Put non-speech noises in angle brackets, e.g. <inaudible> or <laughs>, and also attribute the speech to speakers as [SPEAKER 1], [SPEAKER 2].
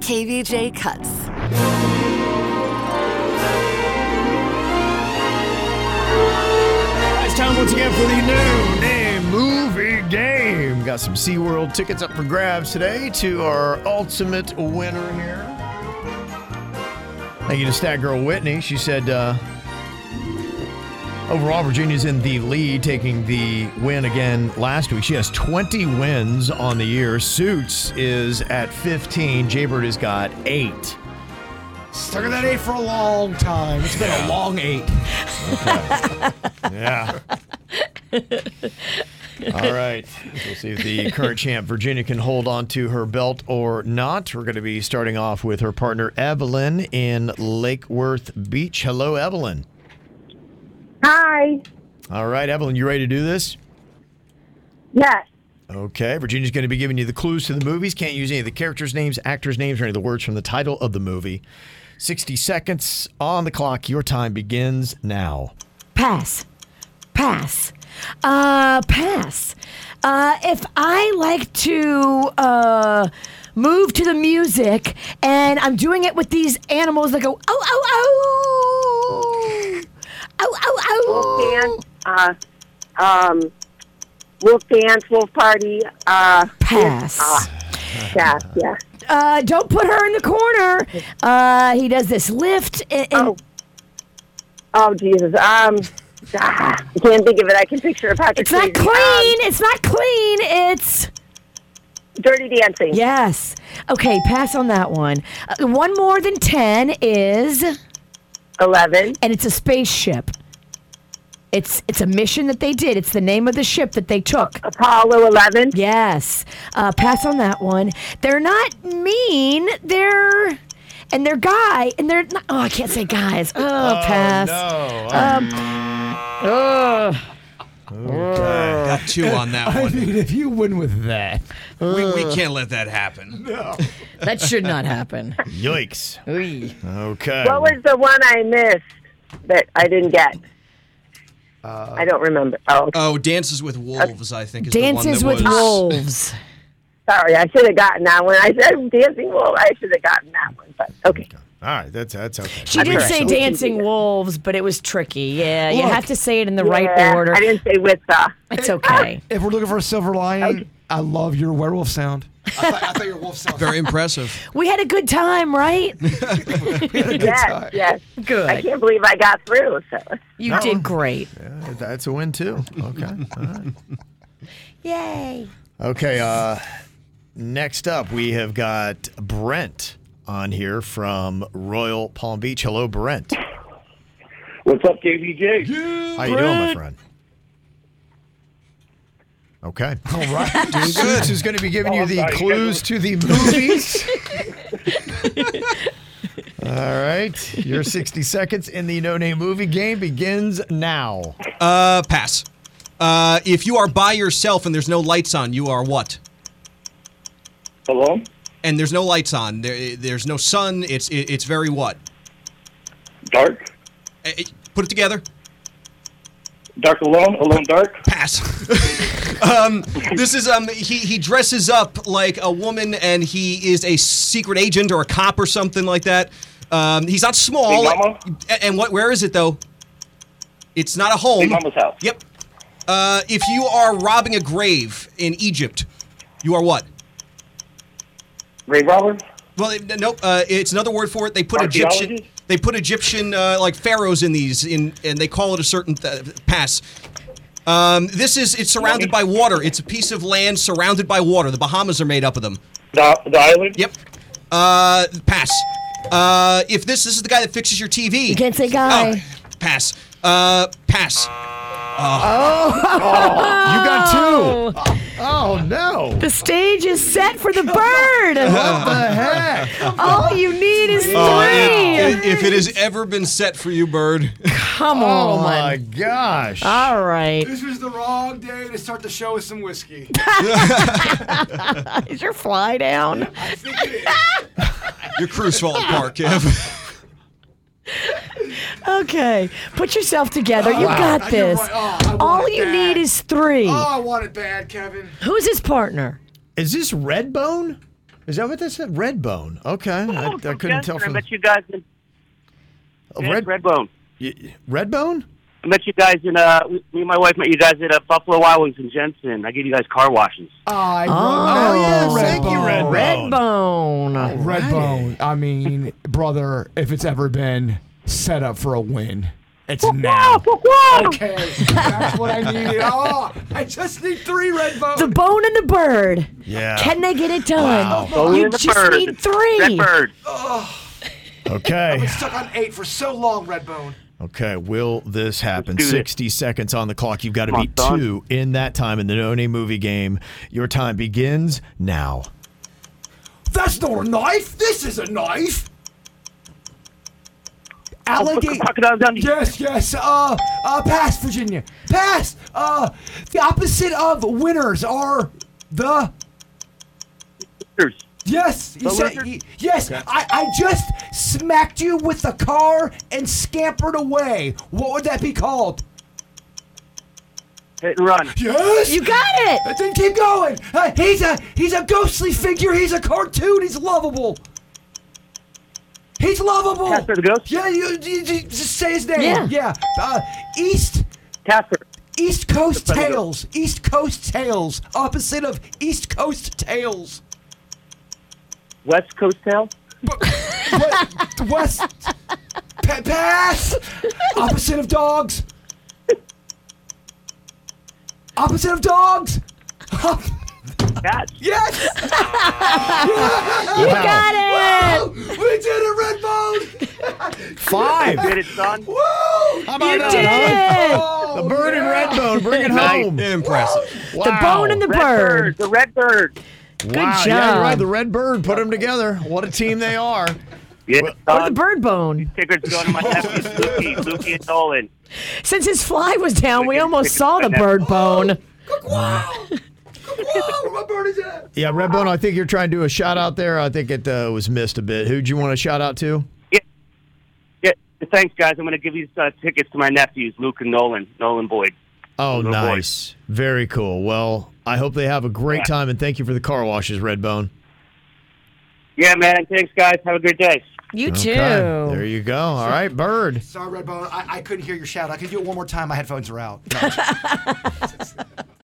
[SPEAKER 1] KVJ cuts.
[SPEAKER 2] It's time once again for the new name movie game. Got some SeaWorld tickets up for grabs today to our ultimate winner here. Thank you to Stat Girl Whitney. She said, uh, overall, Virginia's in the lead, taking the win again last week. She has 20 wins on the year. Suits is at 15. Jaybird has got eight.
[SPEAKER 3] Stuck at that eight for a long time. It's been a long eight.
[SPEAKER 2] Yeah. All right. We'll see if the current champ, Virginia, can hold on to her belt or not. We're going to be starting off with her partner, Evelyn, in Lake Worth Beach. Hello, Evelyn.
[SPEAKER 4] Hi.
[SPEAKER 2] All right, Evelyn, you ready to do this?
[SPEAKER 4] Yes.
[SPEAKER 2] Okay. Virginia's going to be giving you the clues to the movies. Can't use any of the characters' names, actors' names, or any of the words from the title of the movie. 60 seconds on the clock. Your time begins now.
[SPEAKER 5] Pass. Pass. Uh, pass. Uh, if I like to uh, move to the music and I'm doing it with these animals that go, oh, oh, oh. Oh, oh, oh.
[SPEAKER 4] Wolf dance. Uh, um, wolf dance. Wolf party. Uh,
[SPEAKER 5] Pass.
[SPEAKER 4] yeah. Yeah.
[SPEAKER 5] Uh, don't put her in the corner. Uh, he does this lift. And, and
[SPEAKER 4] Oh. Oh Jesus. Um. ah, I can't think of it. I can picture a Patrick.
[SPEAKER 5] it's not
[SPEAKER 4] Swayze. Um,
[SPEAKER 5] clean. it's not clean. It's.
[SPEAKER 4] dirty dancing.
[SPEAKER 5] Yes. Okay, pass on that one. Uh, one more than 10 is and
[SPEAKER 4] Eleven.
[SPEAKER 5] it's a spaceship. It's it's a mission that they did. It's the name of the ship that they took.
[SPEAKER 4] Apollo eleven.
[SPEAKER 5] Yes. Uh, pass on that one. They're not mean. They're and they're guy and they're not, oh I can't say guys. Oh, pass.
[SPEAKER 3] Got
[SPEAKER 6] Two on that
[SPEAKER 3] I
[SPEAKER 6] one.
[SPEAKER 3] mean, if you win with that, uh,
[SPEAKER 6] We, we can't let that happen.
[SPEAKER 5] <laughs> That should not happen.
[SPEAKER 2] Yikes. Okay.
[SPEAKER 4] What was the one I missed that I didn't get?
[SPEAKER 5] Uh,
[SPEAKER 4] I don't remember. Oh, okay.
[SPEAKER 6] Oh, Dances with Wolves, I think, is
[SPEAKER 5] Dances
[SPEAKER 6] the one
[SPEAKER 5] with
[SPEAKER 6] that was. <laughs>
[SPEAKER 5] wolves.
[SPEAKER 4] sorry. I should have gotten that one. I said dancing wolf. I should have gotten that one. But okay.
[SPEAKER 2] All right. That's, that's okay.
[SPEAKER 5] She did say
[SPEAKER 4] correct.
[SPEAKER 5] dancing wolves, but it was tricky. Yeah, you
[SPEAKER 3] Look.
[SPEAKER 5] have to say it in the right
[SPEAKER 4] Yeah,
[SPEAKER 5] order.
[SPEAKER 4] I didn't say with uh, the.
[SPEAKER 5] It's
[SPEAKER 6] <laughs>
[SPEAKER 5] okay.
[SPEAKER 3] if we're looking for a silver lining, I love your werewolf sound. I thought, I thought your wolf sound.
[SPEAKER 6] Very
[SPEAKER 5] <laughs>
[SPEAKER 6] impressive.
[SPEAKER 5] We had a good time, right?
[SPEAKER 4] Yes. Yes. I
[SPEAKER 5] Good.
[SPEAKER 4] can't believe I got through. So
[SPEAKER 5] You did great.
[SPEAKER 2] Yeah, that's a win, <laughs> too. Okay. All right.
[SPEAKER 5] Yay.
[SPEAKER 2] Okay, uh next up we have got Brent on here from Royal Palm Beach. Hello, Brent.
[SPEAKER 7] What's up, KVJ?
[SPEAKER 2] How you doing, my friend? Okay. <laughs> All right. Suits is going to be giving you
[SPEAKER 7] I'm
[SPEAKER 2] the
[SPEAKER 7] sorry, you guys
[SPEAKER 2] clues
[SPEAKER 7] are-
[SPEAKER 2] to the <laughs> movies. All right. Your 60 seconds in the no name movie game begins now.
[SPEAKER 6] Uh, pass. Uh, if you are by yourself and there's no lights on, you are what?
[SPEAKER 7] Hello?
[SPEAKER 6] And there's no lights on. There, there's no sun. It's it, it's very what?
[SPEAKER 7] Dark?
[SPEAKER 6] Eh, eh, Put it together.
[SPEAKER 7] Dark alone? Alone dark?
[SPEAKER 6] Pass. <laughs> um, this is um he he dresses up like a woman and he is a secret agent or a cop or something like that. Um, he's not small.
[SPEAKER 7] Big Mama?
[SPEAKER 6] A- And what? Where is it though? It's not a home.
[SPEAKER 7] Big Mama's house.
[SPEAKER 6] Yep. Uh, if you are robbing a grave in Egypt, you are what?
[SPEAKER 7] Ray Roberts?
[SPEAKER 6] Well, it- nope. Uh, it's another word for it. They put Egyptian.
[SPEAKER 7] Archaeology?
[SPEAKER 6] They put Egyptian uh, like pharaohs in these, in and they call it a certain th- pass. Um, this is it's surrounded by water. It's a piece of land surrounded by water. The Bahamas are made up of them.
[SPEAKER 7] The, the island?
[SPEAKER 6] Yep. Uh, pass. Uh, if this this is the guy that fixes your TV. You
[SPEAKER 5] can't say guy.
[SPEAKER 2] Oh.
[SPEAKER 6] pass. Uh, pass.
[SPEAKER 2] You got two. Oh, no.
[SPEAKER 5] The stage is set for the bird.
[SPEAKER 2] <laughs> What the heck?
[SPEAKER 5] All you need
[SPEAKER 2] Oh,
[SPEAKER 5] is three.
[SPEAKER 6] Uh, it- if it has ever been set for you, Bird.
[SPEAKER 5] Come
[SPEAKER 2] Oh
[SPEAKER 5] on.
[SPEAKER 2] my gosh.
[SPEAKER 5] All right.
[SPEAKER 3] This was the wrong day to start the show with some whiskey.
[SPEAKER 5] Is your fly down?
[SPEAKER 3] I think it is.
[SPEAKER 6] Your crew's falling apart, Kev. <laughs>
[SPEAKER 5] Okay. Put yourself together. You got
[SPEAKER 3] I do
[SPEAKER 5] this.
[SPEAKER 3] want- oh, I want
[SPEAKER 5] All
[SPEAKER 3] it
[SPEAKER 5] you
[SPEAKER 3] bad.
[SPEAKER 5] need is three.
[SPEAKER 3] Oh, I want it bad, Kevin.
[SPEAKER 5] Who's his partner?
[SPEAKER 2] Is this Redbone? Is that what that said? Redbone. Okay. I,
[SPEAKER 7] Oh,
[SPEAKER 2] I couldn't tell
[SPEAKER 4] Oh, I
[SPEAKER 2] from
[SPEAKER 4] met you guys in
[SPEAKER 2] Oh,
[SPEAKER 4] Red,
[SPEAKER 2] Red,
[SPEAKER 4] Redbone.
[SPEAKER 2] y- Redbone.
[SPEAKER 4] I met you guys in uh, we me and my wife met you guys at uh, Buffalo Wild Wings in Jensen. I gave you guys car washes.
[SPEAKER 3] I
[SPEAKER 5] Oh,
[SPEAKER 2] yes, thank you, Redbone.
[SPEAKER 5] Redbone.
[SPEAKER 3] Redbone. I mean, brother, if it's ever been set up for a win, it's now. Okay, that's what I needed. Oh, I just need three Redbone.
[SPEAKER 5] The bone and the bird.
[SPEAKER 2] Yeah.
[SPEAKER 5] Can they get it done?
[SPEAKER 4] Bone
[SPEAKER 5] Oh, You
[SPEAKER 4] and the
[SPEAKER 5] just
[SPEAKER 4] bird.
[SPEAKER 5] need three.
[SPEAKER 4] Red bird.
[SPEAKER 2] Okay.
[SPEAKER 3] Stuck on eight for so long, Redbone.
[SPEAKER 2] Okay, will this happen?
[SPEAKER 4] do this.
[SPEAKER 2] 60 seconds on the clock. You've got to
[SPEAKER 4] Come on,
[SPEAKER 2] beat
[SPEAKER 4] son.
[SPEAKER 2] two in that time in the No Name Movie game. Your time begins now.
[SPEAKER 3] That's not a knife. This is a knife.
[SPEAKER 4] put
[SPEAKER 3] Alligator.
[SPEAKER 4] the crocodile down.
[SPEAKER 3] Yes, yes. Uh, uh, pass, Virginia. Pass. Uh, the opposite of winners are the.
[SPEAKER 4] Cheers.
[SPEAKER 3] Yes, you
[SPEAKER 4] The
[SPEAKER 3] said-
[SPEAKER 4] lizard?
[SPEAKER 3] y- yes. I, I just smacked you with the car and scampered away. What would that be called?
[SPEAKER 4] Hit and run.
[SPEAKER 3] Yes.
[SPEAKER 5] You got it.
[SPEAKER 3] Then keep going. Uh, he's a he's a ghostly figure. He's a cartoon. He's lovable. He's lovable.
[SPEAKER 4] Casper the Ghost?
[SPEAKER 3] Yeah, you, you, you just say his name.
[SPEAKER 5] Yeah.
[SPEAKER 3] Uh, East
[SPEAKER 4] Casper.
[SPEAKER 3] East Coast
[SPEAKER 4] Casper the
[SPEAKER 3] Tales. East Coast Tales. Opposite of East Coast Tales.
[SPEAKER 4] West Coast Tail.
[SPEAKER 3] What- West <laughs> pa- pass. Opposite of dogs. Opposite of dogs. <laughs>
[SPEAKER 4] Cat.
[SPEAKER 3] yes.
[SPEAKER 5] You got it.
[SPEAKER 3] we did it, Redbone!
[SPEAKER 2] Five.
[SPEAKER 4] Did it, son.
[SPEAKER 3] Woo!
[SPEAKER 2] How about
[SPEAKER 5] You
[SPEAKER 2] that,
[SPEAKER 5] did
[SPEAKER 2] huh?
[SPEAKER 5] it.
[SPEAKER 3] Oh,
[SPEAKER 2] The bird and Redbone, bring it
[SPEAKER 4] Nice.
[SPEAKER 2] home.
[SPEAKER 6] Impressive.
[SPEAKER 5] The bone and the
[SPEAKER 4] Red
[SPEAKER 5] bird.
[SPEAKER 4] The red bird.
[SPEAKER 2] Good
[SPEAKER 5] job.
[SPEAKER 2] Yeah, you're right. The Red Bird put them together. What a team they are.
[SPEAKER 4] Yeah,
[SPEAKER 5] Or the
[SPEAKER 4] son.
[SPEAKER 5] bird bone.
[SPEAKER 4] Tickers going to my nephews, Lukey, Lukey and Nolan.
[SPEAKER 5] Since his fly was down, we
[SPEAKER 4] Tickets,
[SPEAKER 5] almost
[SPEAKER 4] tickets,
[SPEAKER 5] saw the
[SPEAKER 4] tickets.
[SPEAKER 5] bird bone.
[SPEAKER 3] Wow! Wow! My bird is at?
[SPEAKER 2] <laughs> Yeah, Redbone, I think you're trying to do a shout out there. I think it uh, was missed a bit. Who'd you want to shout out to?
[SPEAKER 4] Yeah, thanks, guys. I'm going to give these uh, tickets to my nephews, Luke and Nolan, Nolan Boyd.
[SPEAKER 2] Oh,
[SPEAKER 4] Little boy.
[SPEAKER 2] nice. Very cool. Well, I hope they have a great time and thank you for the car washes, Redbone.
[SPEAKER 4] Yeah, man. Thanks, guys. Have a great day.
[SPEAKER 5] You
[SPEAKER 2] Okay. There
[SPEAKER 5] too.
[SPEAKER 2] you go. All right, Bird.
[SPEAKER 3] Sorry, Redbone. I, I couldn't hear your shout. I could do it one more time. My headphones are out.